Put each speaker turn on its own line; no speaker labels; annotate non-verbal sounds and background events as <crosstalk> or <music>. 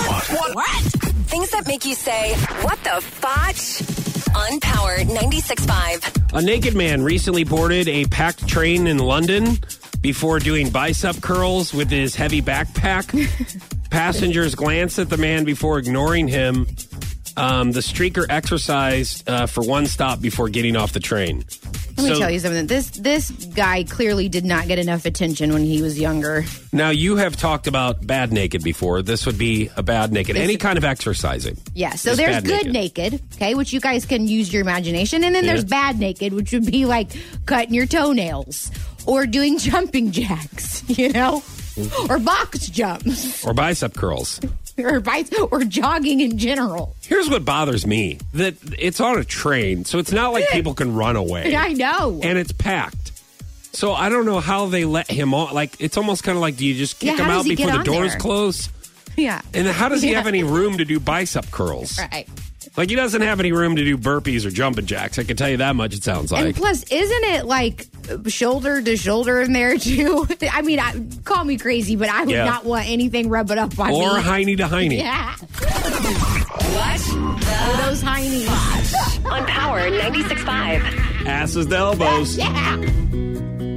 What?
Things that make you say, what the fotch? On Power 96.5.
A naked man recently boarded a packed train in London before doing bicep curls with his heavy
<laughs>
backpack. Passengers glanced at the man before ignoring him. Um, the streaker exercised uh, for one stop before getting off the train.
Let me
So-
tell you something. This this guy clearly did not get enough attention when he was younger.
Now, you have talked about bad naked before. This would be a bad naked. Any kind of exercising.
Yeah. So
It's
there's
bad
good naked. okay, which you guys can use your imagination, and then
Yeah.
there's bad naked, which would be like cutting your toenails or doing jumping jacks, <laughs> you know, or box jumps <laughs>
Or bicep curls.
or bites or jogging in general. <laughs>
Here's what bothers me that it's on a train, so it's
<laughs>
not like people can run away.
I know.
and it's packed. So I don't know how they let him on. Like it's almost kind of like, do you just kick
Yeah,
him
how
out
does he
before
get
the
on
doors
there?
close?
yeah.
And how does he
Yeah.
have any room to do bicep curls?
Right.
Like he doesn't have any room to do burpees or jumping jacks. I can tell you that much. It sounds
And
like
plus, isn't it like shoulder to shoulder in there too? <laughs> I mean, I, call me crazy, but I would
Yeah.
not want anything rubbing up on
or
me.
hiney to hiney.
yeah,
What
those hiney.
the? On Power 96.5.
Asses to elbows.
Yeah.